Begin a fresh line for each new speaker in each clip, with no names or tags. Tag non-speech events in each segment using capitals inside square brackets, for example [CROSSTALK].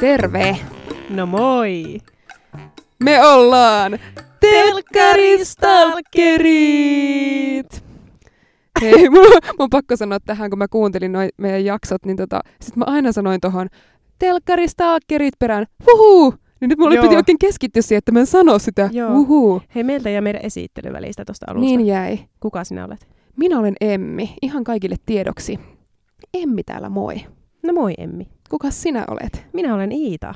Terve!
No moi!
Me ollaan Telkkaristalkerit! Hei, mun, mun on pakko sanoa tähän, kun mä kuuntelin noi meidän jaksot, niin tota, sit mä aina sanoin tohon Telkkaristalkerit perään, huhuu! Niin nyt mulla
Joo.
piti oikein keskittyä siihen, että mä en sano sitä,
Joo.
huhuu.
Hei, meiltä ja meidän esittely välistä tuosta alusta.
Niin jäi.
Kuka sinä olet?
Minä olen Emmi, ihan kaikille tiedoksi. Emmi täällä moi.
No moi Emmi.
Kuka sinä olet?
Minä olen Iita.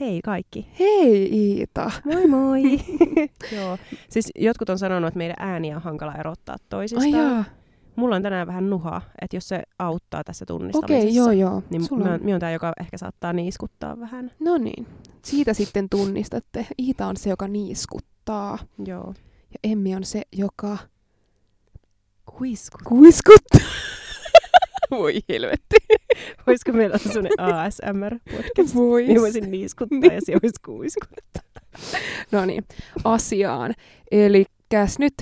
Hei kaikki.
Hei Iita.
Moi
[LAUGHS]
moi. Joo. Siis jotkut on sanonut, että meidän ääniä on hankala erottaa toisistaan.
Ai jaa.
Mulla on tänään vähän nuha, että jos se auttaa tässä tunnistamisessa.
Okei, joo joo.
Niin
Sulla on-
minä on tämä, joka ehkä saattaa niiskuttaa vähän.
No niin, siitä sitten tunnistatte. Iita on se, joka niiskuttaa.
Joo.
Ja Emmi on se, joka
[LAUGHS] Kuisku.
kuiskuttaa. Voi
[LAUGHS]
helvetti.
Olisiko meillä ollut sellainen ASMR-podcast?
Voi.
Niin voisin niiskuttaa ja se olisi kuisku.
No niin, asiaan. Eli nyt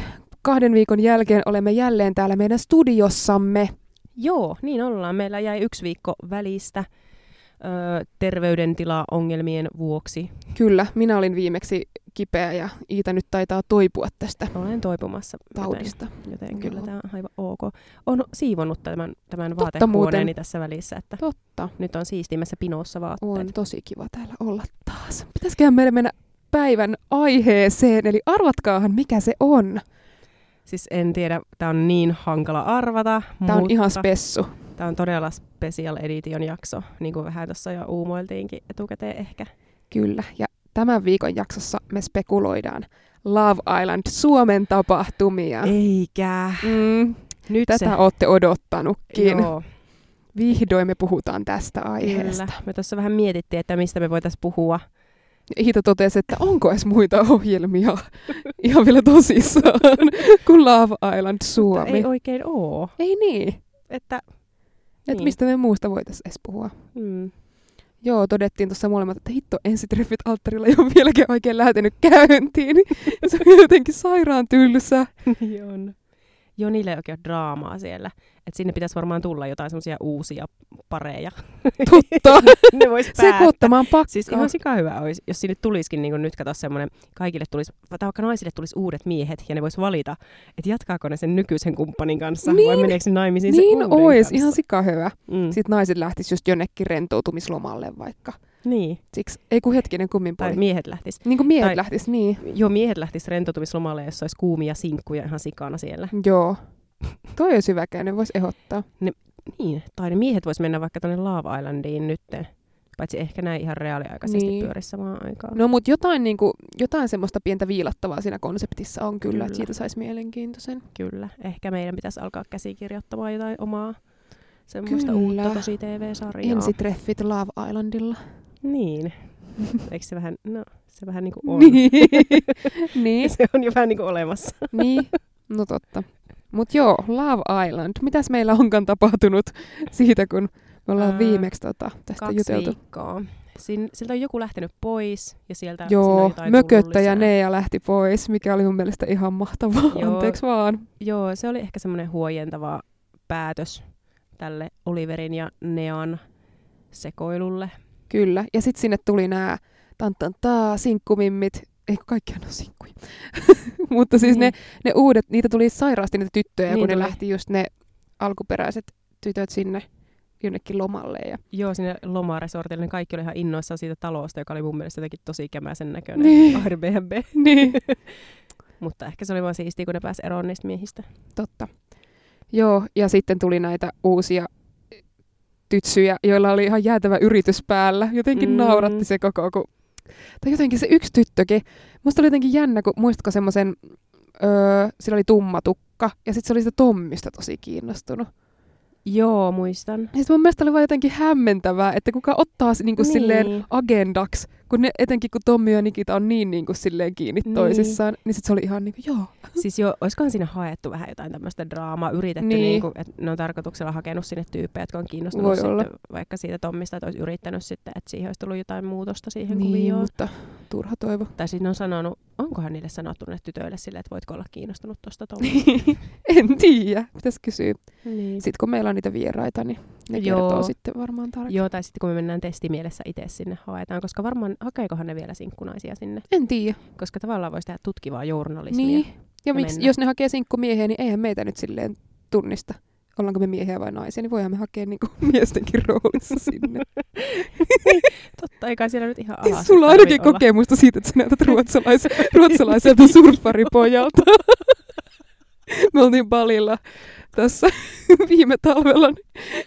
kahden viikon jälkeen olemme jälleen täällä meidän studiossamme.
Joo, niin ollaan. Meillä jäi yksi viikko välistä öö, terveydentilaongelmien vuoksi.
Kyllä, minä olin viimeksi kipeä ja Iita nyt taitaa toipua tästä
Olen toipumassa,
taudista.
joten, joten kyllä
Joo.
tämä on aivan ok. Olen siivonnut tämän, tämän
Totta
vaatehuoneeni
muuten.
tässä välissä, että
Totta.
nyt on siistimmässä pinossa vaatteet.
On tosi kiva täällä olla taas. Pitäisiköhän meidän mennä päivän aiheeseen, eli arvatkaahan mikä se on.
Siis en tiedä, tämä on niin hankala arvata,
Tämä on
mutta
ihan spessu.
tämä on todella special edition jakso, niin kuin vähän tuossa jo uumoiltiinkin etukäteen ehkä.
Kyllä, ja tämän viikon jaksossa me spekuloidaan Love Island Suomen tapahtumia.
Eikä.
Mm,
Nyt
tätä
se.
ootte odottanutkin.
Joo.
Vihdoin me puhutaan tästä aiheesta.
Kyllä. Me tuossa vähän mietittiin, että mistä me voitaisiin puhua.
Iita totesi, että onko edes muita ohjelmia [LAUGHS] ihan vielä tosissaan [LAUGHS] kuin Love Island
Mutta
Suomi.
Ei oikein oo.
Ei niin,
Että, Niin.
että mistä me muusta voitaisiin edes puhua.
Mm.
Joo, todettiin tuossa molemmat, että hitto, ensitreffit alttarilla ei ole vieläkään oikein lähtenyt käyntiin. [LAUGHS] Se on jotenkin sairaan tylsä.
niin on. Joo, niillä ei oikein ole draamaa siellä. Et sinne pitäisi varmaan tulla jotain semmoisia uusia pareja.
Totta.
ne vois päättää.
Sekoittamaan pakkaa.
Siis ihan sika hyvä olisi, jos sinne tulisikin, niin kuin nyt kato semmoinen, kaikille tulisi, tai vaikka naisille tulisi uudet miehet, ja ne vois valita, että jatkaako ne sen nykyisen kumppanin kanssa, vai
Niin.
meneekö ne naimisiin
Niin
sen uuden
ois,
kanssa.
ihan Siis sika hyvä.
Mm.
Sitten naiset lähtis just jonnekin rentoutumislomalle vaikka.
Niin,
Siksi, ei kun hetkinen kummin
tai
puoli.
miehet lähtis.
niin kuin miehet
tai-
lähtis, niin.
Joo, miehet lähtis rentoutumislomalle, jos olisi kuumia sinkkuja ihan sikana siellä.
Joo. Toi olisi hyvä käynne, voisi ehdottaa.
Niin, tai ne miehet vois mennä vaikka tuonne Love Islandiin nytten. Paitsi ehkä näin ihan reaaliaikaisesti
Niin.
niin. pyörissä vaan aikaa.
No mut jotain, niin kuin, jotain semmoista pientä viilattavaa siinä konseptissa on kyllä, kyllä. että
Kyllä.
siitä saisi mielenkiintoisen.
Kyllä, ehkä meidän pitäisi alkaa käsikirjoittamaan jotain omaa semmoista
Kyllä.
uutta tosi TV-sarjaa.
Ensitreffit Love Islandilla. [LAUGHS]
Niin. Eikö se vähän, no, se vähän niinku on.
Niin. niin.
[LAUGHS] se on jo vähän niinku olemassa.
Niin, no totta. Mutta joo, Love Island. Mitäs meillä onkaan tapahtunut siitä, kun me ollaan
Ää,
viimeksi tota, tästä
Kaksi
juteltu?
viikkoa. Sin, siltä on joku lähtenyt pois ja sieltä siinä on
Joo,
jotain
mököttäjä
tullut lisää.
Nea lähti pois, mikä oli mun mielestä ihan mahtavaa. Joo.
Joo.
Anteeksi vaan.
Joo, se oli ehkä semmoinen huojentava päätös tälle Oliverin ja Nean sekoilulle.
Kyllä. Ja sitten sinne tuli nämä tantantaa, sinkkumimmit. Ei kun kaikkihan on sinkkuja. [LAUGHS] Mutta siis niin. ne,
Mm.
ne uudet, niitä tuli sairaasti niitä tyttöjä, niin
Niin
kun ne
tuli.
lähti just ne alkuperäiset tytöt sinne jonnekin lomalle. Ja...
Joo, sinne lomaresortille ne kaikki oli ihan innoissaan siitä talosta, joka oli mun mielestä jotenkin tosi kämäsen näköinen
Niin.
[LAUGHS] Airbnb.
[LAUGHS] Niin.
Mutta ehkä se oli vaan siistiä, kun ne pääsi eroon niistä miehistä.
Totta. Joo, ja sitten tuli näitä uusia tytsyjä, joilla oli ihan jäätävä yritys päällä. Jotenkin mm.
Mm.
nauratti se koko, kun... Tai jotenkin se yksi tyttökin. Musta oli jotenkin jännä, kun muistatko semmoisen... Öö, sillä oli tumma tukka, ja sitten se oli sitä Tommista tosi kiinnostunut.
Joo, muistan.
Ja sit mun mielestä oli vaan jotenkin hämmentävää, että kuka ottaa se niinku niin.
Niin.
silleen agendaksi, kun ne, etenkin kun Tommi ja Nikita on niin niinku silleen kiinni niin.
Niin.
toisissaan, niin sit se oli ihan niinku, joo,
[LAUGHS] Siis jo, olisikohan siinä haettu vähän jotain tämmöistä draamaa, yritetty,
Niin.
niin. kuin, että ne on tarkoituksella hakenut sinne tyyppejä, jotka on kiinnostunut
Voi
sitten
olla.
vaikka siitä Tommista, että olisi yrittänyt sitten, että siihen olisi tullut jotain muutosta siihen niin,
niin,
kuvioon.
mutta turha toivo.
Tai siinä on sanonut, onkohan niille sanottu ne tytöille sille, että voitko olla kiinnostunut tuosta
[LAUGHS] en tiedä, pitäisi kysyä.
niin.
Sitten kun meillä on niitä vieraita, niin ne Joo.
Joo.
kertoo sitten varmaan tarkemmin.
Joo, tai sitten kun me mennään testimielessä itse sinne haetaan, koska varmaan hakeekohan ne vielä sinkkunaisia sinne,
En tiedä.
koska tavallaan voisi tehdä tutkivaa journalismia.
Niin. Ja
ja
miksi,
mennä.
jos ne hakee sinkkumiehiä, niin eihän meitä nyt silleen tunnista. Ollaanko me miehiä vai naisia, niin voihan me hakea niinku [LAUGHS] miestenkin roolissa sinne.
Totta, eikä siellä nyt ihan
Aha,
alas.
Sulla on
tarvii
ainakin
olla.
kokemusta siitä, että sä näytät ruotsalais,
[LAUGHS]
ruotsalaiselta surffaripojalta. Me oltiin Balilla tässä [LAUGHS] viime talvella,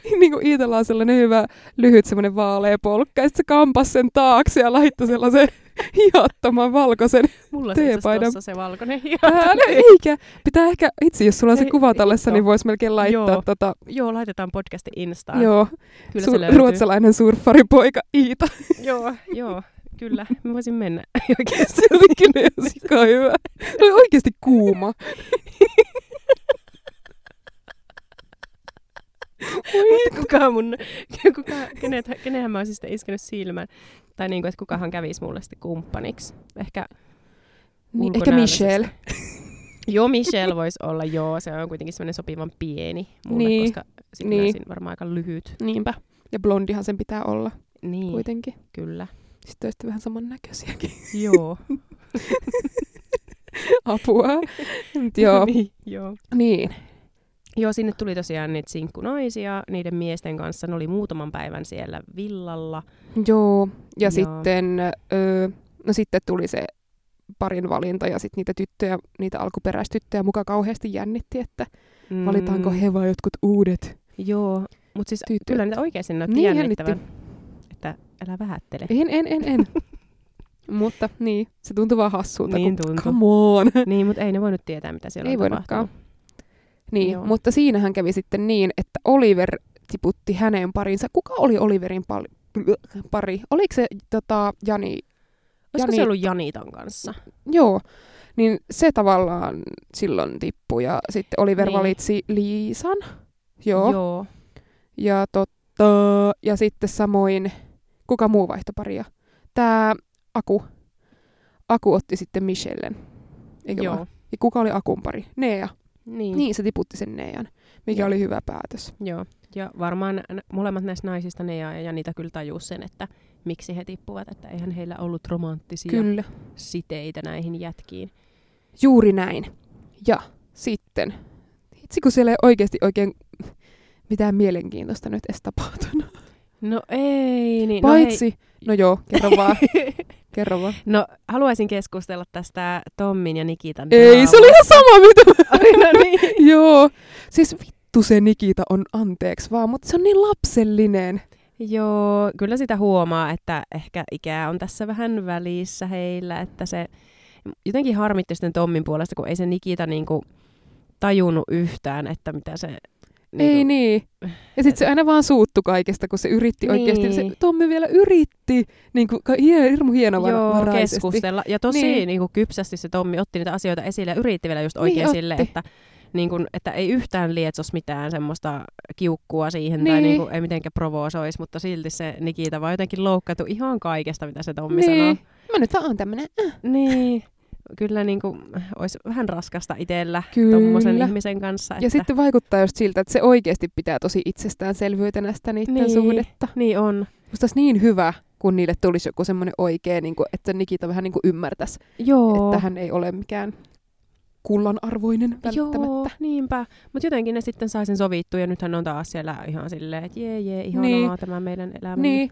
niin, niin kuin Iitalla on sellainen hyvä lyhyt semmoinen vaalea polkka, ja sit se kampas sen taakse ja laittoi sellaisen [LAUGHS] hiattoman valkoisen
Mulla se itse asiassa
teepaidan.
tossa se valkoinen hiata.
päälle. Eikä, pitää ehkä, itse jos sulla on se
Ei,
kuva tallessa,
joo.
niin voisi melkein laittaa
Joo.
tota,
[LAUGHS] Joo, laitetaan podcasti Instaan.
joo,
kyllä se
su-
löytyy.
ruotsalainen surffaripoika Iita.
Joo, joo, kyllä. Mä voisin mennä [LAUGHS] oikeasti.
Se oli kyllä ihan sika hyvä. Se oli oikeasti kuuma.
Mutta kuka mun, kuka, kenet, kenenhän mä olisin sitten iskenyt silmään. Tai niinku, että kukahan kävisi mulle sitten kumppaniksi. Ehkä,
Niin, ehkä
Ulkonäöllisesti.
Michelle.
[LAUGHS] joo Michelle voisi olla, joo, se on kuitenkin semmoinen sopivan pieni mulle,
Niin,
niin. koska
niin.
sitten niin. olisin varmaan aika lyhyt.
Niinpä. Ja blondihan sen pitää olla
Niin, Kuiten.
kuitenkin. [LAUGHS]
kyllä.
Sitten olisitte vähän samannäköisiäkin. [LAUGHS]
Joo.
Apua. Mut [LAUGHS] joo,
[LAUGHS] niin, joo.
niin.
Joo, sinne tuli tosiaan niitä sinkkunaisia niiden miesten kanssa. Ne oli muutaman päivän siellä villalla.
Joo. Ja
Joo.
sitten, öö, no sitten tuli se parin valinta ja sitten niitä tyttöjä, niitä alkuperäistyttöjä muka kauheasti jännitti, että
Mm,
valitaanko he vai jotkut uudet
Joo, mutta siis
tytöt.
kyllä niitä oikeasti näytti
Niin,
niin,
jännitti.
jännittävän. Että älä vähättele.
En, en, en,
[LAUGHS]
en. Mutta niin, se tuntui vaan hassulta.
Niin
kun,
tuntui.
Come on.
Niin, mutta ei ne voinut tietää, mitä siellä
Ei
on
voinutkaan.
tapahtunut.
Niin,
Joo.
mutta siinähän kävi sitten niin, että Oliver tiputti häneen parinsa. Kuka oli Oliverin pal- pari? Oliko se tota, Jani?
Olisiko
Jani-
se ollut Janitan kanssa?
Joo. Niin se tavallaan silloin tippui ja sitten Oliver
Niin.
valitsi Liisan. Joo. Joo.
Joo.
Ja, totta, ja sitten samoin, kuka muu vaihtoparia? Tämä Aku. Aku otti sitten Michellen. Eikö Joo.
Joo.
Vaan? Ja kuka oli Akun pari? Nea.
Niin.
Niin, niin se tiputti sen Nean, mikä
Joo.
oli hyvä päätös.
Joo. Ja varmaan n- molemmat näistä naisista, ne ja Janita kyllä tajuu sen, että miksi he tippuvat, että eihän heillä ollut romanttisia kyllä.
Kyllä.
siteitä näihin jätkiin.
Juuri näin. Ja sitten, hitsi kun siellä ei oikeasti oikein mitään mielenkiintoista nyt edes tapahtunut.
No ei, niin.
Paitsi, no, joo, kerro vaan, kerro vaan.
[LAUGHS] No, hei. no haluaisin keskustella tästä Tommin ja Nikitan.
[LAUGHS] Ei, se oli ihan sama [LAUGHS] mitä
Ai, no niin.
Joo, siis vittu se Nikita on anteeksi vaan, mutta se on niin lapsellinen.
Joo, kyllä sitä huomaa, että ehkä ikää on tässä vähän välissä heillä, että se jotenkin harmitti sitten Tommin puolesta, kun ei se Nikita niinku tajunnut yhtään, että mitä se... niinku-
Niin ei niin. Ja sitten se aina vaan suuttu kaikesta, kun se yritti niin.
Niin.
oikeasti. Se Tommi vielä yritti, niin kuin ka- hie- hirmu
Joo,
hienovaraisesti.
keskustella. Ja tosi
Niin.
niin. niinku kypsästi se Tommi otti niitä asioita esille ja yritti vielä just
Niin
oikein
otti.
sille, että, niinku, että ei yhtään lietsos mitään semmoista kiukkua siihen tai
Niin.
niinku, ei mitenkään provosoisi, mutta silti se Nikita vaan jotenkin loukkaantui ihan kaikesta, mitä se Tommi
niin.
sanoo.
Mä nyt vaan oon tämmönen.
Niin, kyllä niin kuin, olisi vähän raskasta itsellä
Kyllä.
tuommoisen ihmisen kanssa. Että,
Ja sitten vaikuttaa just siltä, että se oikeasti pitää tosi itsestäänselvyytenä sitä niiden niin.
Niin.
suhdetta.
Niin on.
Musta olisi niin hyvä, kun niille tulisi joku semmoinen oikea, niin kuin, että Nikita vähän niin kuin ymmärtäisi,
Joo.
oh. että hän ei ole mikään kullanarvoinen välttämättä.
Joo, niinpä. Mutta jotenkin ne sitten sai sen sovittua ja nythän on taas siellä ihan silleen, että jee jee, ihanaa
Niin.
niin. tämä meidän elämä.
Niin.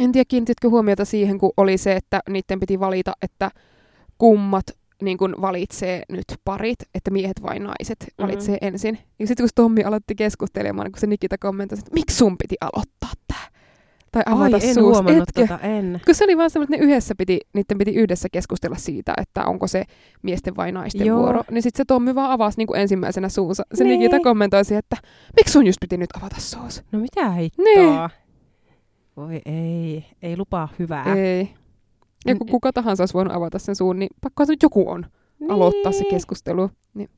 En tiedä, kiinnititkö huomiota siihen, kun oli se, että niiden piti valita, että kummat niin kun valitsee nyt parit, että miehet vai naiset valitsee mm-hmm. ensin. Ja sitten kun se Tommi aloitti keskustelemaan, niin kun se Nikita kommentoi, että miksi sun piti aloittaa tämä? Tai avata
Ai, en
suus.
huomannut
Etkö?
tota, en.
Kun se oli vaan semmoinen, että ne yhdessä piti, niiden piti yhdessä keskustella siitä, että onko se miesten vai naisten Joo.
Joo.
vuoro. Niin sitten se Tommi vaan avasi niin kuin ensimmäisenä suunsa. Se
Niin.
Nikita kommentoi siihen, että miksi sun just piti nyt avata suus?
No mitä hittoa?
Niin.
Voi ei, ei lupaa hyvää.
Ei. Ja kun
Mm,
kuka tahansa olisi voinut avata sen suun, niin pakko nyt joku on niin. aloittaa se keskustelu. Niin.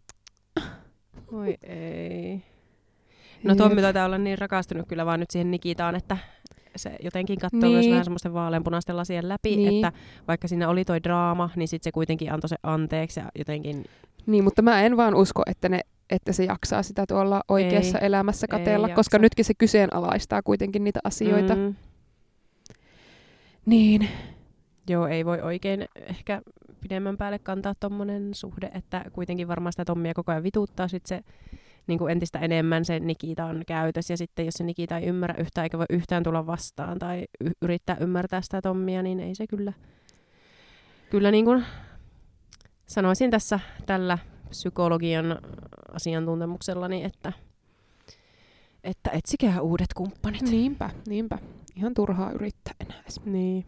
Voi ei. No Tommi
Jep.
No
Niin.
taitaa olla niin rakastunut kyllä vaan nyt siihen Nikitaan, että se jotenkin katsoo
Niin.
niin. myös vähän semmoisten vaaleanpunaisten lasien läpi,
Niin.
niin. että vaikka siinä oli toi draama, niin sitten se kuitenkin antoi se anteeksi ja jotenkin
Niin, mutta mä en vaan usko, että, ne, että se jaksaa sitä tuolla oikeassa ei, elämässä
ei
katella,
jaksa.
koska nytkin se kyseenalaistaa kuitenkin niitä asioita. Mm.
Mm,
Niin,
joo, ei voi oikein ehkä pidemmän päälle kantaa tommonen suhde, että kuitenkin varmaan sitä Tommia koko ajan vituttaa sit se niin kuin entistä enemmän se Nikitan käytös ja sitten jos se Nikita ei ymmärrä yhtään eikä voi yhtään tulla vastaan tai y- yrittää ymmärtää sitä Tommia, niin ei se kyllä, kyllä niin kuin sanoisin tässä tällä psykologian asiantuntemuksellani, että, että etsikää uudet kumppanit.
niinpä, niinpä. Ihan turhaa yrittää enää. edes.
Niin.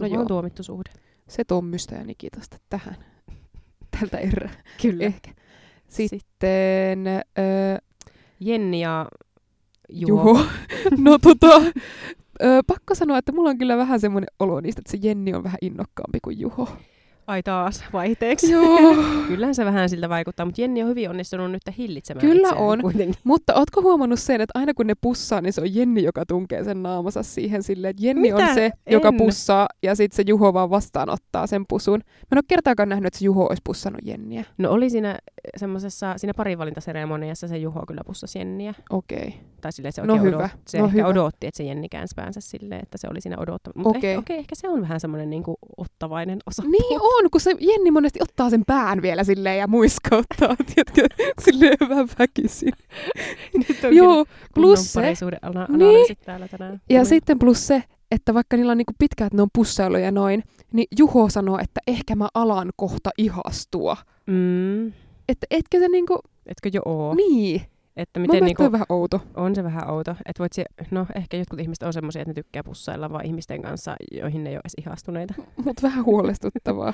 No
No
joo.
joo. tuomittu suhde.
Se Tommysta ja Nikitasta tähän. Tältä erää.
Kyllä.
Ehkä. Sitten ö,
Jenni ja Juho.
Juho. [LAUGHS] No tota, ö, pakko sanoa, että mulla on kyllä vähän semmoinen olo niistä, että se Jenni on vähän innokkaampi kuin Juho.
Ai taas vaihteeksi.
Joo.
Kyllähän se vähän siltä vaikuttaa, mutta Jenni on hyvin onnistunut nyt hillitsemään
Kyllä
itseään
on.
Kuitenkin.
[LAUGHS] Mutta ootko huomannut sen, että aina kun ne pussaa, niin se on Jenni, joka tunkee sen naamansa siihen silleen, että Jenni
Mitä?
on se, joka
En.
pussaa, ja sitten se Juho vaan vastaanottaa sen pusun. Mä en ole kertaakaan nähnyt, että se Juho olisi pussannut Jenniä.
No oli siinä semmoisessa, siinä parivalintaseremoniassa se Juho kyllä pussasi Jenniä.
Okei.
Tai silleen se
No
oikein
hyvä,
Odotti, se
no
ehkä
hyvä.
odotti, että se Jenni käänsi päänsä silleen, että se oli siinä odottanut. Mutta
Okei.
ehkä, okay, ehkä se on vähän semmoinen niinku ottavainen osa.
Niin on, kun se Jenni monesti ottaa sen pään vielä silleen ja muiskauttaa, [LAUGHS] tiedätkö, silleen vähän väkisin.
[LAUGHS] Nyt on
Joo,
kyllä kunnon
plus se,
parisuuden ana-
Niin.
analyysit täällä tänään.
Ja
Oi.
sitten plus se, että vaikka niillä on niinku pitkään, että ne on pussailu ja noin, niin Juho sanoo, että ehkä mä alan kohta ihastua.
Mm,
Että etkö se niinku,
etkö jo oo?
niin. Miten
Että
Mun
miten
niinku...
niinku,
on vähän outo.
On se vähän outo. Että voit sie, no ehkä jotkut ihmiset on semmoisia, että ne tykkää pussailla vaan ihmisten kanssa, joihin ne ei ole edes ihastuneita.
Mutta vähän huolestuttavaa.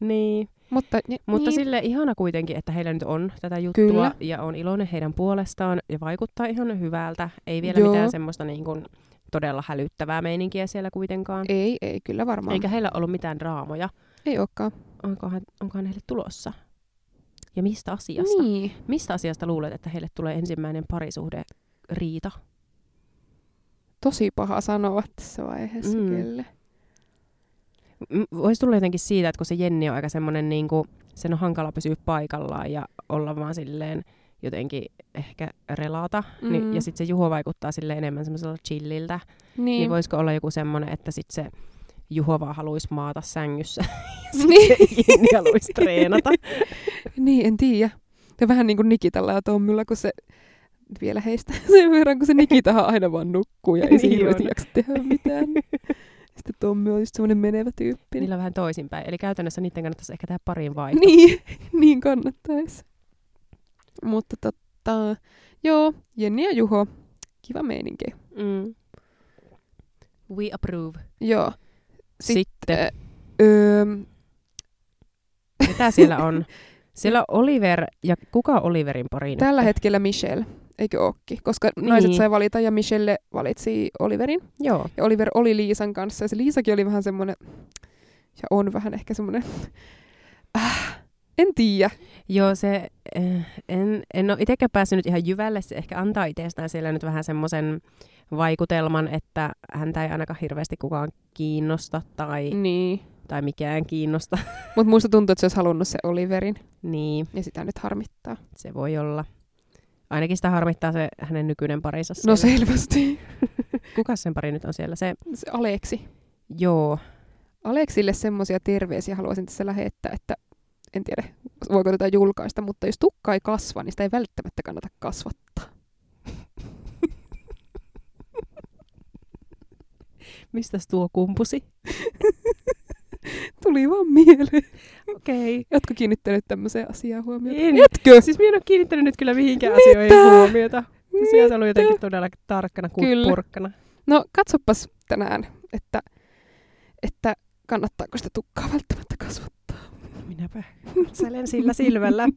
Niin.
Mutta, ni,
Mutta
niin.
niin. sille ihana kuitenkin, että heillä nyt on tätä juttua
Kyllä.
ja on iloinen heidän puolestaan ja vaikuttaa ihan hyvältä. Ei vielä
Joo.
Joo. mitään semmoista niin kuin todella hälyttävää meininkiä siellä kuitenkaan. Ei.
Ei, ei, kyllä varmaan. Eikä.
Eikä heillä ollut mitään draamoja.
Ei olekaan.
Onkohan, onkohan heille tulossa? Ja mistä asiasta? Niin. Mistä asiasta luulet, että heille tulee ensimmäinen parisuhde riita?
Tosi paha sanoa tässä vaiheessa mm.
Mm.
kyllä.
M- voisi tulla jotenkin siitä, että kun se Jenni on aika semmoinen, niin kuin, sen on hankala pysyä paikallaan ja olla vaan silleen jotenkin ehkä relata. Mm. Niin, ja sitten se Juho vaikuttaa sille enemmän semmoisella chilliltä. Niin.
niin. [LAUGHS]
niin voisiko olla joku semmoinen, että sitten se Juho vaan haluaisi maata sängyssä [LAUGHS]
niin.
ja Jenni haluaisi [LAUGHS] treenata.
niin, en tiedä. Ja vähän niin kuin Nikitalla ja Tommilla, kun se vielä heistä [LAUGHS] sen verran, kun se Nikitahan aina vaan nukkuu ja ei se
Niin
hirveästi
on.
jaksa tehdä mitään. Sitten Tommi on just semmoinen menevä tyyppi.
Niillä on vähän toisinpäin. Eli käytännössä niiden kannattaisi ehkä tehdä parin vaihto.
Niin, [LAUGHS] niin kannattaisi. Mutta totta, joo, Jenni ja Juho, kiva meininki.
Mm. We approve.
Joo.
Sitten.
Öö,
Mitä siellä on? Siellä on Oliver ja kuka on Oliverin pariin?
tällä
nyt?
hetkellä Michelle, eikö ookki? Koska niin. naiset
Niin.
sai valita ja Michelle valitsi Oliverin.
Joo.
Ja Oliver oli Liisan kanssa ja se Liisakin oli vähän semmoinen, ja on vähän ehkä semmoinen, [LAUGHS] äh, en tiedä.
Joo, se, eh, en, en ole itsekään päässyt nyt ihan jyvälle. Se ehkä antaa itsestään siellä nyt vähän semmoisen vaikutelman, että häntä ei ainakaan hirveästi kukaan kiinnosta tai, mm.
Niin.
tai mikään kiinnosta. [LAUGHS]
Mutta musta tuntuu, että se olisi halunnut se Oliverin,
niin,
ja sitä nyt harmittaa.
se voi olla. Ainakin sitä harmittaa se hänen nykyinen parinsa
No
siellä.
selvästi.
Kuka sen pari nyt on siellä? Se,
Se Aleksi.
joo,
Aleksille semmoisia terveisiä haluaisin tässä lähettää, että en tiedä, voiko tätä julkaista, mutta jos tukka ei kasva, niin sitä ei välttämättä kannata kasvattaa.
[LAUGHS] mistäs tuo kumpusi?
Tuli vaan mieleen.
Okei.
Ootko kiinnittänyt tämmöiseen asiaan huomiota?
En.
Etkö?
Siis minä en ole kiinnittänyt nyt kyllä mihinkään
Mitä?
asioihin huomiota. Sieltä
Mitä?
oli jotenkin todella tarkkana kuin
Kyllä.
purkkana.
No katsopas tänään, että, että kannattaako sitä tukkaa välttämättä kasvattaa.
Minäpä katselen sillä silmällä. [LAUGHS]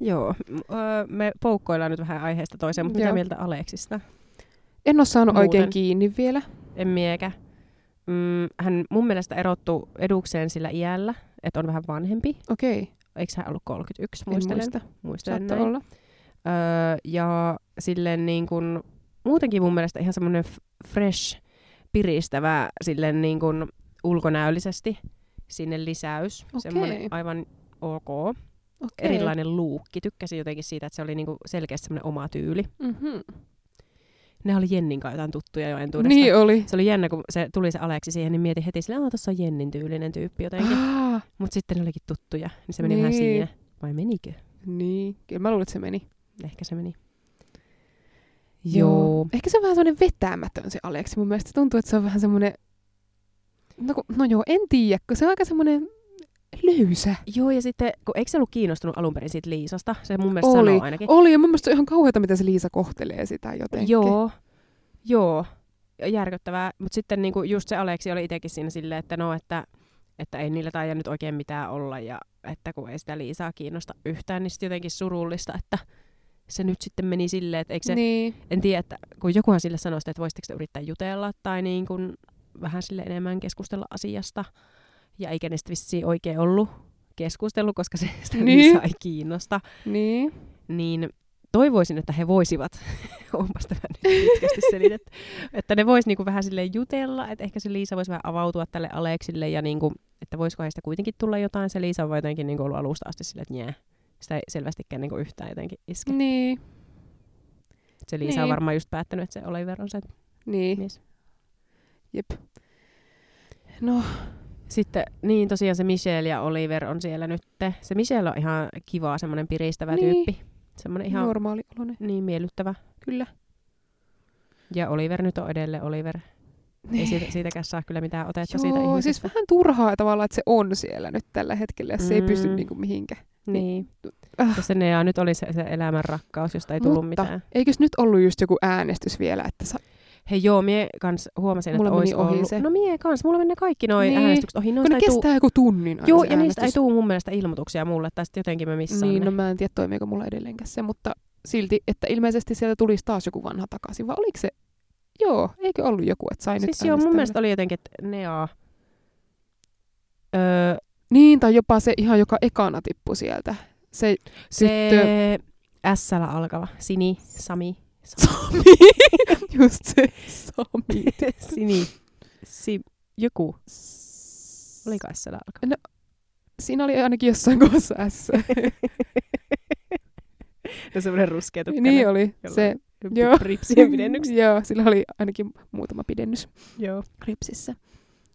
Joo, m- öö, me poukkoillaan nyt vähän aiheesta toiseen, mutta
Joo.
mitä mieltä Aleksista?
En ole saanut Muuten.
Muuten.
oikein kiinni vielä.
En miekä. Mm, hän mun mielestä erottu edukseen sillä iällä, että on vähän vanhempi.
Okei, en
Eikö hän ollut 31? Muistelen.
muista.
Muistelen
Saattaa
näin.
olla.
Öö, ja silleen niin kuin, muutenkin mun mielestä ihan semmoinen f- fresh piristävä silleen niin kuin ulkonäöllisesti sinne lisäys.
Okei.
Semmoinen aivan ok.
Okei.
Erilainen luukki. Tykkäsin jotenkin siitä, että se oli niin kuin selkeästi semmoinen oma tyyli.
Mm-hmm.
Ne oli Jennin kanssa jotain tuttuja jo entuudesta.
Niin oli.
Se oli jännä, kun se tuli se Aleksi siihen, niin mietin heti silleen, että tuossa on Jennin tyylinen tyyppi jotenkin.
Ah,
Mutta sitten ne olikin tuttuja, niin se meni vähän
Niin.
siinä. Vai menikö?
niin, kyllä mä luulen, että se meni.
Ehkä se meni. Joo.
Ehkä se on vähän semmoinen vetämätön se Aleksi. Mun mielestä tuntuu, että se on vähän semmoinen... No, kun- no joo, en tiedä, kun se on aika semmoinen löysä.
Joo, ja sitten, kun eikö se ollut kiinnostunut alun perin siitä Liisasta? Se mun mielestä
Oli.
sanoo ainakin.
Oli, ja mun mielestä se on ihan kauheata, miten se Liisa kohtelee sitä jotenkin.
Joo, joo. Ja Järkyttävää. Mutta sitten niinku just se Aleksi oli itsekin siinä silleen, että no, että, että ei niillä taida nyt oikein mitään olla ja että kun ei sitä Liisaa kiinnosta yhtään, niin sitten jotenkin surullista, että se nyt sitten meni silleen, että eikö se, niin.
Niin.
en tiedä, että kun jokuhan sille sanoi sitä, että voisitteko te yrittää jutella tai niin kuin vähän sille enemmän keskustella asiasta. Ja eikä ne sitten vissiin oikein ollut keskustelu, koska se sitä
Niin.
niin. Liisaa ei kiinnosta
Niin.
niin toivoisin, että he voisivat, [LAUGHS] onpas tämä nyt pitkästi selitetty, että ne vois niinku vähän silleen jutella, että ehkä se Liisa voisi vähän avautua tälle Aleksille ja niinku, että voisiko heistä kuitenkin tulla jotain. Se Liisa on jotenkin niinku ollut alusta asti silleen, että nää, sitä ei selvästikään niinku yhtään jotenkin iske.
Niin.
Se Liisa on
Niin.
varmaan just päättänyt, että se Oliver on se
Niin.
mies.
Jep. No,
Sitten niin tosiaan se Michelle ja Oliver on siellä nyt. Se Michelle on ihan kiva, semmoinen piristävä
Niin.
tyyppi. Semmoinen ihan
ihan... normaali oloinen.
niin miellyttävä.
Kyllä.
Ja Oliver nyt on edelleen Oliver. Ei siitä, siitäkään saa kyllä mitään otetta siitä
Niin. Joo,
ihmisestä.
siis vähän turhaa tavallaan, että se on siellä nyt tällä hetkellä, ja se ei pysty
Mm.
niinku mihinkään.
Niin.
Ah.
Ja sen ja nyt oli se, se elämän rakkaus, josta ei tullut
Mutta-
mitään.
Eikös nyt ollut just joku äänestys vielä, että sa-
Hei joo, mie kans huomasin,
Mulla
että
meni
olisi
ohi
ollut.
se.
No mie kans, mulla menee kaikki noi
Niin.
niin. äänestykset ohi.
kun
Noista
ne
ei tuu,
kestää joku tunnin aina
joo,
se
ja niistä ei
äänestys.
tuu mun mielestä ilmoituksia mulle, tai sitten jotenkin mä missään
Niin, no
ne.
mä en tiedä toimiiko mulla edelleenkään se, mutta silti, että ilmeisesti sieltä tulisi taas joku vanha takaisin, vai oliko se, joo, eikö ollut joku, että sai nyt
siis joo,
äänestää
mun mielestä oli jotenkin, että Nea... Öö,
vielä? Niin, tai jopa se ihan, joka ekana tippui sieltä. Se, Tyttö.
se S-llä alkava. Sini, Sami,
Sami. [LAUGHS] Just se Sami.
Sini, si, joku.
S-
Oliko S-llä alkava?
Siinä oli ainakin jossain kohdassa S.
No semmoinen ruskea tukkainen.
niin oli. Se, joo.
Ripsien pidennykset.
joo, sillä oli ainakin muutama pidennys
joo.
ripsissä.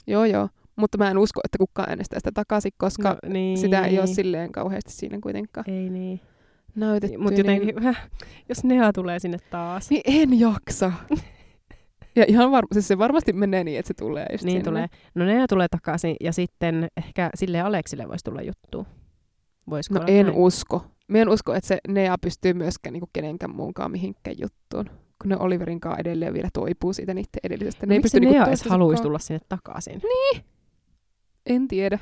Joo, joo. Mutta mä en usko, että kukaan äänestää sitä takaisin, koska
No, niin.
sitä ei ole silleen kauheasti siinä kuitenkaan
Ei niin.
näytetty.
Mutta jotenkin, häh, jos Nea tulee sinne taas.
Niin, niin en
[LAUGHS]
jaksa. ja ihan varma, siis se varmasti menee niin, että se tulee just
Niin
sinne.
tulee. No Nea tulee takaisin ja sitten ehkä sille Aleksille voisi tulla juttu. Voisiko
No
olla
en
näin?
usko. Mä en usko, että se Nea pystyy myöskään niinku kenenkään muunkaan mihinkään juttuun. Kun ne Oliverin kanssa edelleen vielä toipuu siitä niiden edellisestä.
No,
ne ei
miksi
pysty
se
niinku
Nea edes
toistensa
haluaisi
kanssa- Niin.
tulla sinne takaisin?
En tiedä.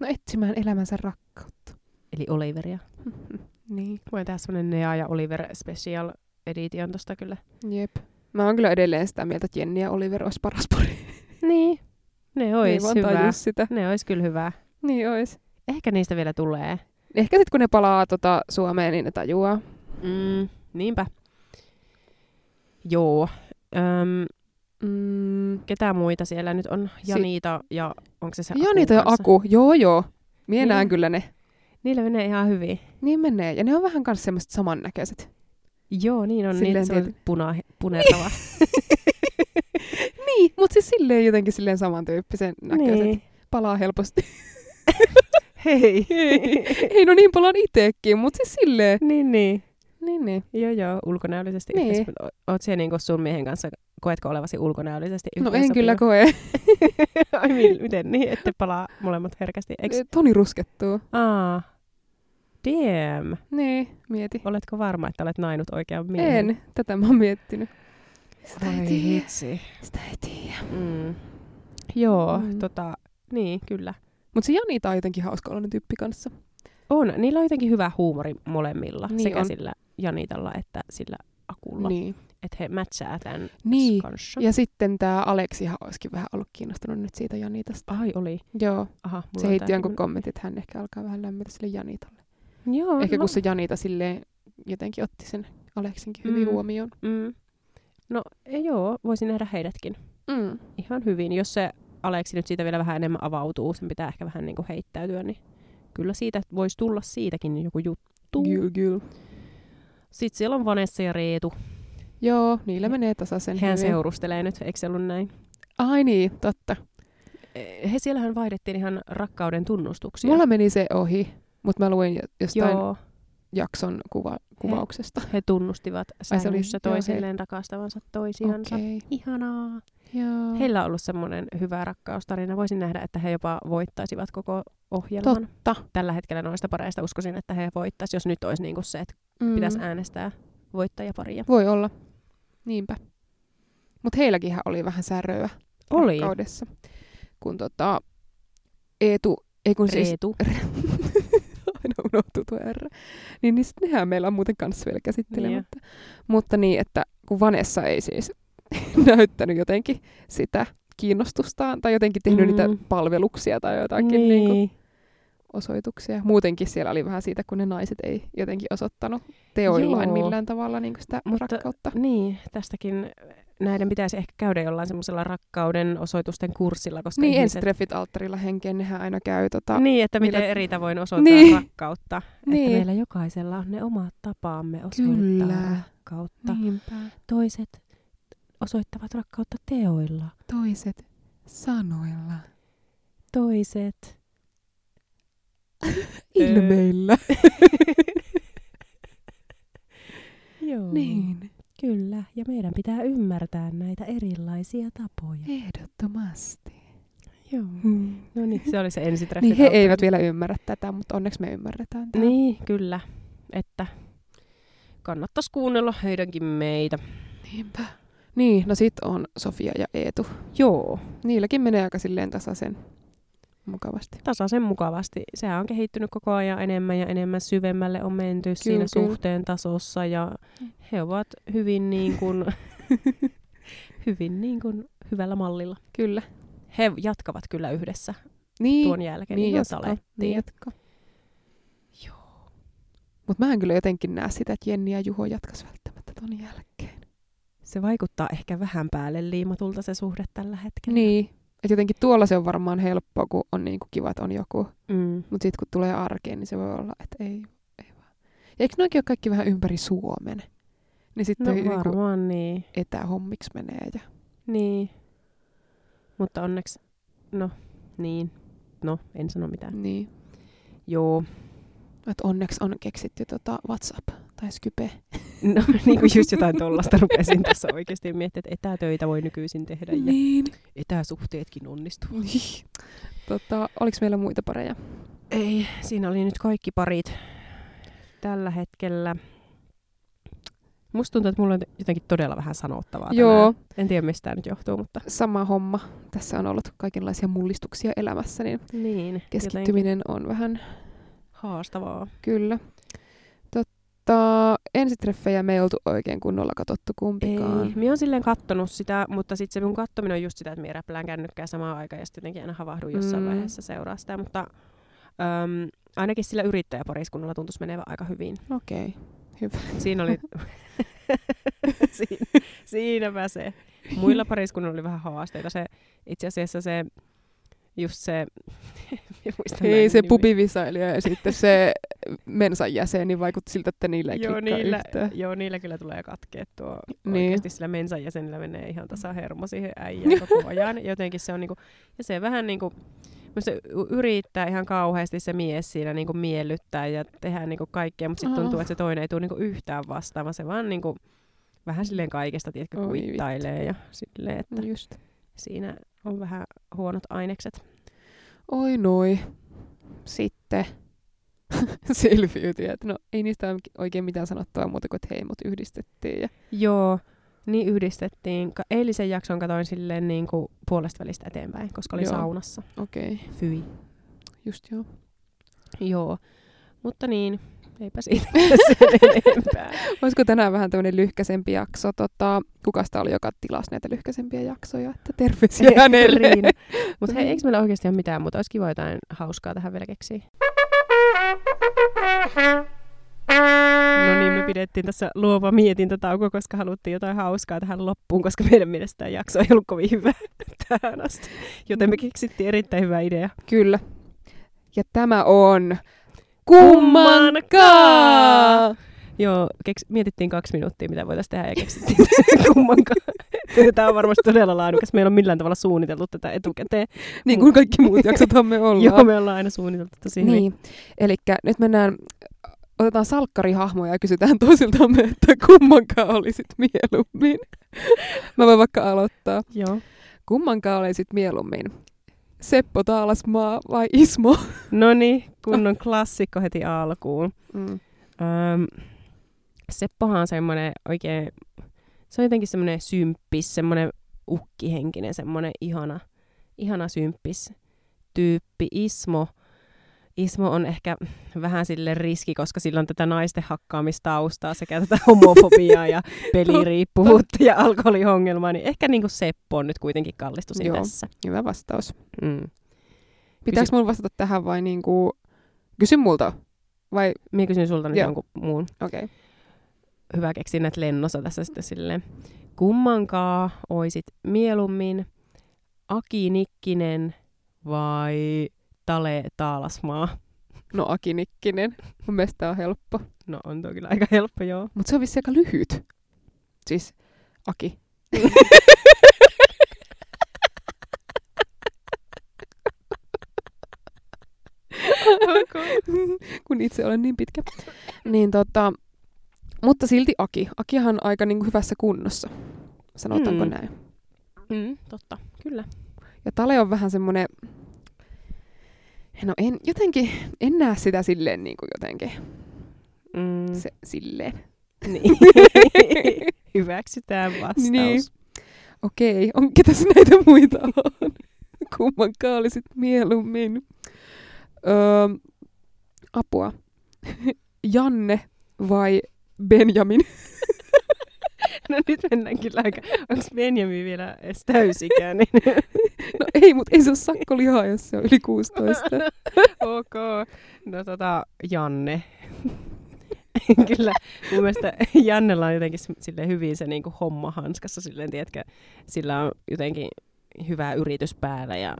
No etsimään elämänsä rakkautta.
Eli Oliveria.
[LAUGHS] niin.
Voi tehdä semmoinen Nea ja Oliver special edition tosta kyllä.
Jep. Mä oon kyllä edelleen sitä mieltä, että Jenni ja Oliver olisi paras [LAUGHS] pari.
Niin. Ne
ei
ois
vaan
hyvää.
tajus sitä.
Ne ois kyllä hyvää.
Niin ois.
Ehkä niistä vielä tulee.
Ehkä sitten kun ne palaa tota Suomeen, niin ne tajuaa.
Mm, niinpä. Joo. Öm,
Mm.
ketä muita siellä nyt on?
Si-
Janita ja onko se se Aku
Janita ja
kanssa?
Aku, joo joo. Mie
Niin.
näen kyllä ne.
Niillä menee ihan hyvin.
Niin menee. Ja ne on vähän kanssa semmoiset samannäköiset.
Joo, niin on.
Silleen
Niin, se on
tietenkin.
puna, punertava.
Niin, mutta siis silleen jotenkin silleen samantyyppisen näköiset. [LAUGHS] Niin.
niin.
Palaa helposti. [LAUGHS]
Hei.
Ei no niin palaan itekin, mutta siis silleen.
[LAUGHS] niin, niin.
Niin, niin.
Joo, joo. Ulkonäöllisesti
Niin.
niin. Oot siellä niinku sun miehen kanssa, koetko olevasi ulkonäöllisesti
No en
yhteensopiva?
kyllä koe.
[LAUGHS] Ai mi- miten niin, ette palaa molemmat herkästi. Eks?
[LAUGHS] Toni ruskettuu.
Aa. Damn.
Niin, mieti.
Oletko varma, että olet nainut oikean miehen?
En. Tätä mä oon miettinyt. Sitä ei
Ai
tiedä.
hitsi.
Sitä ei tiedä.
Mm. Joo,
Mm.
mm. tota, niin kyllä.
Mutta se Janita on jotenkin hauska olla tyyppi kanssa.
On, niillä on jotenkin hyvä huumori molemmilla,
Niin
niin sekä
on.
on. sillä Janitalla että sillä Akulla, niin.
Niin.
että he matchaa tämän
Niin.
kanssa.
Ja sitten tämä Aleksihan olisikin vähän ollut kiinnostunut nyt siitä Janitasta.
Ai oli,
Joo.
aha, mulla
Se
on
heitti
tää
jonkun
tämmönen-
kommentin, että hän ehkä alkaa vähän lämmetä sille Janitalle.
Joo,
ehkä
no,
kun se Janita silleen jotenkin otti sen Aleksinkin hyvin
Mm.
huomioon.
Mm. No ei joo, voisin nähdä heidätkin.
Mm.
ihan hyvin. Jos se Aleksi nyt siitä vielä vähän enemmän avautuu, sen pitää ehkä vähän niin kuin heittäytyä, niin kyllä siitä voisi tulla siitäkin joku juttu.
Gyl, gyl.
Sitten siellä on Vanessa ja Reetu.
Joo, niillä menee tasaisen hyvin.
Hän seurustelee nyt, eikö se ollut näin?
Ai niin, totta.
Eh, He siellähän vaihdettiin ihan rakkauden tunnustuksia.
Mulla meni se ohi, mutta mä luin jo- jostain
Joo,
jakson kuva- kuvauksesta.
he tunnustivat
Ai se oli-
sängyssä
joo,
toisilleen rakastavansa toisiansa.
Okei.
Ihanaa.
Joo.
Heillä on ollut semmoinen hyvä rakkaustarina. Voisin nähdä, että he jopa voittaisivat koko ohjelman.
Totta.
Tällä hetkellä noista pareista uskoisin, että he voittaisivat, jos nyt olisi niinku se, että
Mm.
pitäisi äänestää voittajaparia.
Voi olla. Niinpä. Mutta heilläkinhän oli vähän säröä
Oli.
rakkaudessa. Kun tota, Eetu, ei kun siis
Reetu.
[LAUGHS] aina unohtuu tuo R. Niin, niin sit nehän meillä on muuten kanssa vielä käsittelemättä. Mutta niin, että kun Vanessa ei siis [LAUGHS] näyttänyt jotenkin sitä kiinnostustaan tai jotenkin tehnyt mm. niitä
Mm.
palveluksia tai jotakin niin. Niin kuin osoituksia. Muutenkin siellä oli vähän siitä, kun ne naiset ei jotenkin osoittanut teoillaan
Joo.
millään tavalla niin sitä
Mutta-
Mutta, rakkautta.
Niin, tästäkin näiden pitäisi ehkä käydä jollain semmoisella rakkauden osoitusten kurssilla, koska
Niin,
ihmiset...
ensitreffit alttarilla henkeen, nehän aina käy tota...
Niin, että miten
Millä-
eri tavoin osoittaa
Niin.
rakkautta. Niin. Että
Niin,
meillä jokaisella on ne omat tapaamme osoittaa
Kyllä.
rakkautta.
niinpä.
Toiset osoittavat rakkautta teoilla.
Toiset sanoilla.
Toiset.
Ilmeillä.
Joo.
Niin,
Kyllä, ja meidän pitää ymmärtää näitä erilaisia tapoja.
ehdottomasti.
Niin. Joo.
Mm.
No niin, se oli se ensitreffi.
Niin he eivät vielä ymmärrä tätä, mutta onneksi me ymmärretään tämä.
Niin, kyllä. Että kannattaisi kuunnella heidänkin meitä.
Niinpä. Niin, no sit on Sofia ja Eetu.
Joo.
Niilläkin menee aika silleen tasaisen mukavasti.
Tasaisen mukavasti. Sehän on kehittynyt koko ajan enemmän ja enemmän syvemmälle on menty kyllä, Mm. siinä
kyllä.
suhteen tasossa ja he ovat hyvin niin kuin, [LAUGHS] hyvin niin kuin hyvällä mallilla.
Kyllä.
He jatkavat kyllä yhdessä
Niin,
tuon jälkeen.
niin,
ihan
jatka,
salettiin.
niin jatka. Joo. Mutta mä en kyllä jotenkin näe sitä, että Jenni ja Juho jatkas välttämättä ton jälkeen.
Se vaikuttaa ehkä vähän päälle liimatulta se suhde tällä hetkellä.
Niin. Et jotenkin tuolla se on varmaan helppoa, kun on niinku kiva, että on joku.
Mm.
Mutta sitten kun tulee arkeen, niin se voi olla, että ei, ei vaan. Ja eikö noikin ole kaikki vähän ympäri Suomen? Niin
No
sitten niinku
varmaan niin.
etähommiksi menee. Ja...
Niin. Mutta onneksi, no niin. No, en sano mitään.
Niin.
Joo.
Et onneksi on keksitty tota WhatsApp tai Skype.
[LAUGHS] No niin kuin just jotain tuollaista rupesin tässä oikeasti miettimään, että etätöitä voi nykyisin tehdä ja
Niin.
etäsuhteetkin onnistuu.
Tota, oliko meillä muita pareja?
Ei, siinä oli nyt kaikki parit tällä hetkellä. Musta tuntuu, että mulla on jotenkin todella vähän sanottavaa
Joo.
Tänään. En tiedä, mistä tämä nyt johtuu, mutta...
sama homma. Tässä on ollut kaikenlaisia mullistuksia elämässä, niin
Niin. Keskittyminen.
keskittyminen on vähän
Haastavaa.
kyllä. Totta, ensitreffejä me ei oltu oikein kunnolla katsottu kumpikaan.
Ei. Mä oon silleen kattonut sitä, mutta sitten se mun kattominen on just sitä, että mä räplään kännykkää samaan aikaan ja sitten jotenkin aina havahdun jossain
Mm.
mm. vaiheessa seuraa sitä, mutta äm, ainakin sillä yrittäjäpariskunnalla tuntuisi menevän aika hyvin.
Okei, okay. hyvä.
Siinä oli... Siin, siinäpä se. Muilla pariskunnilla oli vähän haasteita. Se, itse asiassa se, just se... [LAUGHS] mä muistan
Ei
näiden
se
nimi-
pubivisailija ja sitten se mensan jäsen, niin vaikutti siltä, että niillä ei
Joo
klikkaa
niillä,
yhtään.
joo, niillä kyllä tulee katkeet tuo
Niin.
niin. oikeasti sillä mensan jäsenillä menee ihan tasa hermo siihen äijään koko ajan. Jotenkin se on niinku, ja se vähän niinku, myös se y- yrittää ihan kauheasti se mies siinä niinku miellyttää ja tehdä niinku kaikkea, mutta sitten tuntuu,
Oh.
että se toinen ei tule niinku yhtään vastaan, vaan se vaan niinku, vähän silleen kaikesta, tiedätkö,
Oi Niin.
kuittailee ja silleen, että
Just.
siinä on vähän huonot ainekset.
Oi noi. Sitten [LAUGHS] selviytyi, että no ei niistä oikein mitään sanottua muuta kuin, että hei, mut yhdistettiin. Ja...
Joo, niin yhdistettiin. Ka- Eilisen jakson katsoin silleen niin kuin puolesta välistä eteenpäin, koska oli
Joo.
Joo. saunassa.
Okei, okay.
Fyi.
just joo.
Joo, mutta niin, eipä siitä sen enempää.
Olisiko tänään vähän tämmöinen lyhkäsempi jakso? Tota, kukasta oli, joka tilasi näitä lyhkäsempiä jaksoja? Että terveisiä hänelle.
[LAUGHS] Riina. Mutta hei, eikö meillä oikeasti ole mitään muuta? Olisi kiva jotain hauskaa tähän vielä keksiä. No niin, me pidettiin tässä luova mietintätauko, koska haluttiin jotain hauskaa tähän loppuun, koska meidän mielestä tämä jakso ei ollut kovin hyvä [LAUGHS] tähän asti. Joten me keksittiin erittäin hyvä idea.
[LAUGHS] Kyllä. Ja tämä on
Kummankaan! Joo, keks, mietittiin kaksi minuuttia, mitä voitaisiin tehdä ja [LAUGHS] keksittiin kummankaan. Tämä on varmasti todella laadukas. Meillä on millään tavalla suunniteltu tätä etukäteen.
Niin kuin kaikki muut jaksothan [LAUGHS] me ollaan.
Joo, me ollaan aina suunniteltu tosi hyvin.
Niin. Eli nyt mennään, otetaan salkkarihahmoja ja kysytään toisiltamme, että kummankaan olisit mieluummin. [LAUGHS] Mä voin vaikka aloittaa.
Joo.
Kummankaan olisit mieluummin? Seppo Taalasmaa vai Ismo?
No niin, kunnon klassikko heti alkuun.
[LAUGHS] Mm.
Öm, Seppohan on semmoinen oikein, se on jotenkin semmoinen symppis, semmoinen ukkihenkinen, semmoinen ihana, ihana symppis tyyppi. Ismo, Ismo on ehkä vähän sille riski, koska sillä on tätä naisten hakkaamistaustaa sekä tätä [LAUGHS] homofobiaa ja peliriippuvuutta ja alkoholiongelmaa, niin ehkä niin kuin Seppo on nyt kuitenkin kallistusin
Joo.
tässä.
[LAUGHS] Hyvä vastaus.
Mm.
Pitääkö mulla vastata tähän vai niinku... Kysy multa. Vai...
Minä kysyn sulta nyt
Joo.
jonkun muun
Okei. Okay.
hyvä keksinnät lennossa tässä sitten silleen. Kummankaa oisit mieluummin Aki Nikkinen vai Tale Taalasmaa?
No Aki Nikkinen. Mun mielestä tää on helppo.
No on toki kyllä aika helppo, joo.
Mutta se on vissi aika lyhyt. Siis Aki. kun itse olen niin pitkä. Niin tota, mutta silti Aki. Akihan on aika niinku hyvässä kunnossa, sanotaanko
Mm.
mm. näin.
Mm, totta, kyllä.
Ja Tale on vähän semmoinen, no en jotenkin, en näe sitä silleen niinku jotenkin,
Mm, [LAUGHS]
se, silleen.
niin. [LAUGHS] Hyväksytään vastaus.
Niin. Okei, on ketäs näitä muita on? [LAUGHS] Kummankaan olisit mieluummin. Öö, apua. [LAUGHS] Janne vai Benjamin? [LAUGHS]
No nyt mennään kyllä aika. Onko Benjamin vielä edes niin- täysikäinen?
No ei, mutta ei se ole sakkolihaa, jos se on yli 16.
[LAUGHS] ok. No tota, Janne. [LAUGHS] Kyllä, mun mielestä Jannella on jotenkin s- silleen hyvin se niinku homma hanskassa, silleen, tiedätkö, sillä on jotenkin hyvä yritys päällä ja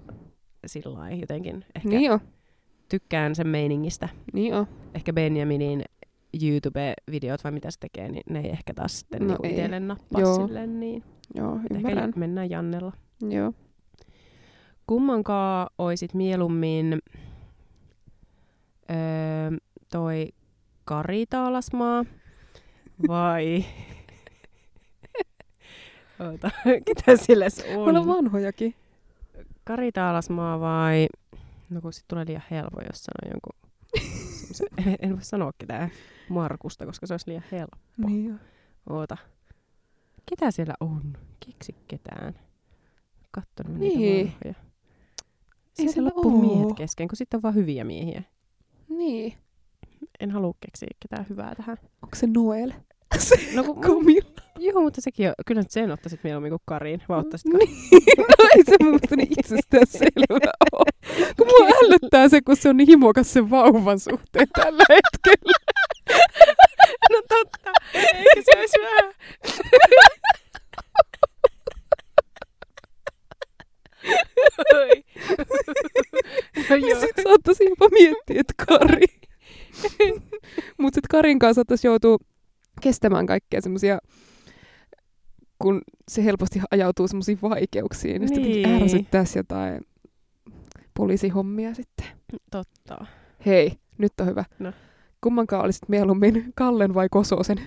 sillä lailla jotenkin ehkä niin.
Niin on,
tykkään sen meiningistä.
niin on.
Ehkä Benjaminin YouTube-videot vai mitä se tekee, niin ne ei ehkä taas sitten
No
no niinku
ei.
itselle nappaa
Joo.
silleen, niin
Joo,
ehkä
ymmärrän.
mennään Jannella.
Joo.
Kummankaan oisit mieluummin öö, toi Kari Taalasmaa vai... [LAUGHS] Oota, ketä sillä se
Me ollaan
on?
vanhojakin.
Kari Taalasmaa vai... No kun sit tulee liian helppo, jos sanoo jonkun... semmosen- en, en voi sanoa ketään Markusta, koska se olisi liian helppo.
Niin on.
Oota. Ketä siellä on? Keksi ketään. Katson
Niin.
niitä vanhoja.
Ei
Ei se
siellä
loppuu
oo.
miehet kesken, kun sitten on vaan hyviä miehiä.
Niin.
En halua keksiä ketään hyvää tähän.
Onko se Noel? [LAUGHS]
No, kun,
Komilla.
joo, mutta sekin on, kyllä nyt sen ottaisit mieluummin kuin Karin. Vai ottaisit Karin?
[LAUGHS] Niin. [LAUGHS] No ei se mun mielestä niin itsestään selvä
[LAUGHS]
ole. Kun mua ällöttää se, kun se on niin himokas sen vauvan suhteen tällä hetkellä.
No totta, eikö se olisi vähän? Oi. No
Ja
joo.
sit saattaisi jopa miettiä, että Kari. Mut sit Karin kanssa saattaisi joutua kestämään kaikkea semmosia kun se helposti ajautuu semmoisiin vaikeuksiin, niin, niin.
Niin.
sitten ärsyttäisi jotain poliisihommia sitten.
Mm, Totta.
Hei, nyt on hyvä.
No.
Kummankaan olisit mieluummin, Kallen vai Kososen?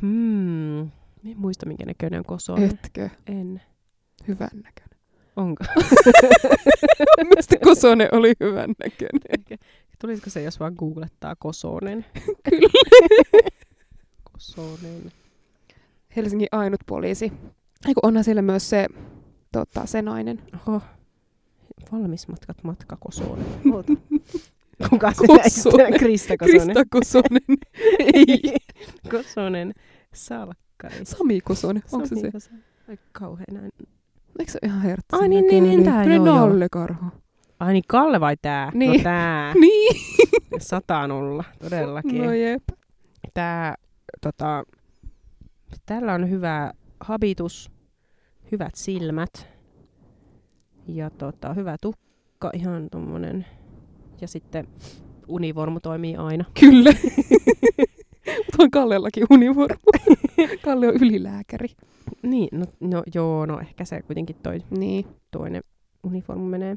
Hmm. En muista, minkä näköinen on Kosonen.
Etkö?
En.
Hyvän näköinen.
Onko?
Mielestäni Kosonen oli hyvän
[LAUGHS]
näköinen.
[LAUGHS] Tulisiko se, jos vaan googlettaa [LAUGHS] Kosonen?
Kyllä.
Kosonen.
Helsingin ainut poliisi. Eiku onhan siellä myös se, tota, se nainen.
Oho. Valmismatkat matka Kosonen. [LAUGHS] Oota. Kuka se
Kosonen.
näistä? Krista Kosonen.
Krista [LAUGHS] Kosonen. Ei.
[LAUGHS] Kosonen. Salkkari.
Sami Kosonen. Onko se se?
Kosonen. Ai kauhean näin.
Eikö se ole ihan herttä?
Ai niin, niin, niin, tää, joo, joo.
nallekarhu.
Ai niin, Kalle vai tää? No
Niin.
[LAUGHS] tää.
Niin.
Satanulla, todellakin.
No jep.
Tää, tota, tällä on hyvä habitus, hyvät silmät ja tota, hyvä tukka, ihan tommonen. Ja sitten univormu toimii aina.
Kyllä. [LAUGHS] Mutta on Kallellakin univormu. [LAUGHS] Kalle on ylilääkäri.
Niin, no, no joo, no ehkä se kuitenkin toi
Niin.
toinen uniformu menee.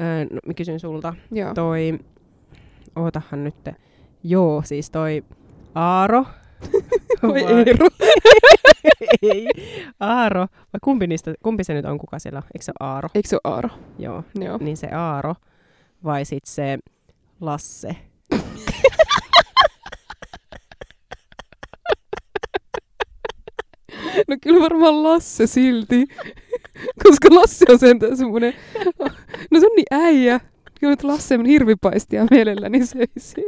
Öö, no, mä kysyn sulta,
Joo.
toi, ootahan nyt, joo, siis toi Aaro.
[LAUGHS]
[LAUGHS]
Voi Eero.
ei. Aaro, vai kumpi, niistä, kumpi se nyt on, kuka siellä on? Eikö se ole Aaro?
Eikö se ole Aaro?
Joo.
Joo.
Niin se Aaro, vai sitten se Lasse.
[LAUGHS] No kyllä varmaan Lasse silti. Koska Lasse on sentään semmoinen... No se on niin äijä. Kyllä nyt Lasse on hirvipaistia niin mielelläni söisi.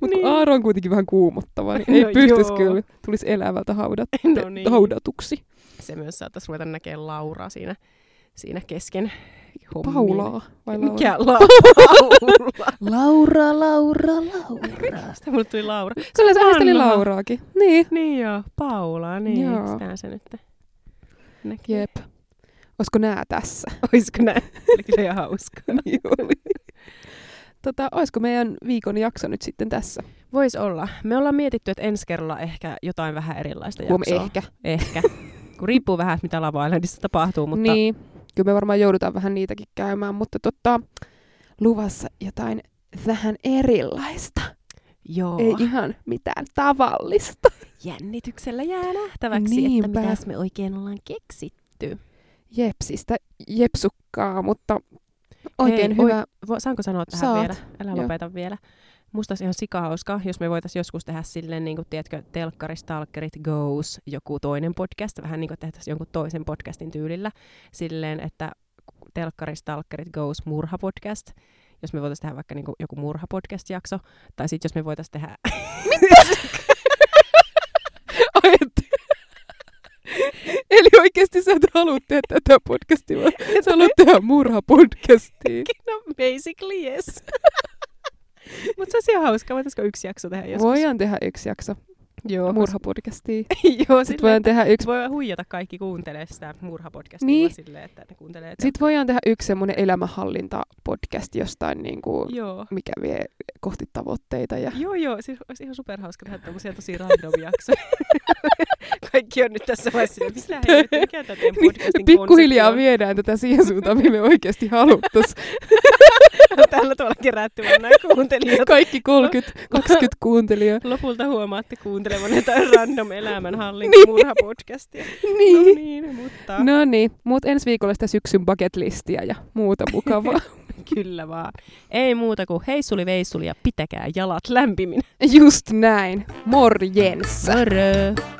Mutta
Niin.
niin. Aaro on kuitenkin vähän kuumottava, niin
No
ei no pystyisi
joo.
kyllä. Tulisi elävältä haudat,
No niin.
haudatuksi.
Se myös saattaisi ruveta näkemään Lauraa siinä, siinä kesken. hommien.
Paulaa vai Laura?
Mikä Laura?
Laura, Laura, Laura.
[LAUGHS] Sitä mulle tuli Laura.
Se oli se haisteli
Vanha.
Lauraakin. Niin.
Niin joo, Paula, niin joo.
Joo.
sitä se nyt näkee.
Jep. Olisiko nää tässä?
Olisiko näin? Oli kyllä ihan hauska.
[LAUGHS] niin oli. Tota, olisiko meidän viikon jakso nyt sitten tässä?
Voisi olla. Me ollaan mietitty, että ensi kerralla ehkä jotain vähän erilaista
Huom,
jaksoa.
ehkä.
Ehkä. Kun riippuu vähän, että mitä Lava Islandissa tapahtuu, mutta niin.
Niin, kyllä me varmaan joudutaan vähän niitäkin käymään, mutta totta, luvassa jotain vähän erilaista.
joo,
Ei ihan mitään tavallista.
jännityksellä jää nähtäväksi, että
Niinpä.
mitäs me oikein ollaan keksitty.
Jepsistä jepsukkaa, mutta oikein
Hei,
Hei, hyvä.
Vo, saanko sanoa tähän
Saat.
vielä? Älä
Joo.
lopeta vielä. Musta olisi ihan sikahauska, jos me voitaisiin joskus tehdä silleen, niin kuin, tiedätkö, telkkaris, talkkerit, goes, joku toinen podcast, vähän niin kuin tehtäisiin jonkun toisen podcastin tyylillä, silleen, että telkkaris, talkkerit, goes, murhapodcast, jos me voitaisiin tehdä vaikka niin kuin, joku murhapodcast-jakso, tai sitten jos me voitaisiin tehdä...
[LAUGHS] Ai, et- Eli oikeasti sä et halua tehdä tätä podcastia, vaan sä haluat tehdä [LAUGHS] murhapodcastia.
no, basically [LAUGHS] yes. Mutta se olisi ihan hauskaa, voitaisiko yksi jakso tehdä joskus? [LAUGHS]
Voidaan tehdä yksi jakso
Joo,
murhapodcastia.
[LAUGHS] Joo,
Sitten
silleen,
voidaan tehdä yksi
voi huijata kaikki kuuntelee sitä murhapodcastia
Niin.
niin. silleen, että ne kuuntelee. Sit,
Sitten voidaan tehdä yksi semmoinen elämänhallinta-podcast jostain, niin kuin,
joo.
mikä vie kohti tavoitteita. Ja...
Joo, joo, siis olisi ihan superhauska tehdä tämmöisiä tosi random
[LAUGHS]
jaksoja. [LAUGHS] Kaikki on nyt tässä vaiheessa, silleen, mitä helvettiä, mikä tämä teidän
Niin,
podcastin
Pikkuhiljaa
konsepti
viedään tätä siihen suuntaan, mihin me oikeasti
[LAUGHS]
haluttaisiin.
on? [LAUGHS] on No, tällä tavalla kerätty vaan nämä kuuntelijat.
Kaikki 30, 20 kuuntelijaa.
Lopulta huomaatte kuuntelevan jotain random elämänhallinta
Niin.
murhapodcastia. No
Niin.
niin, mutta
No niin, mutta ensi viikolla sitä syksyn bucketlistiä ja muuta mukavaa.
kyllä vaan. Ei muuta kuin heissuli veissuli ja pitäkää jalat lämpiminä.
Just näin. Morjens!
Moro!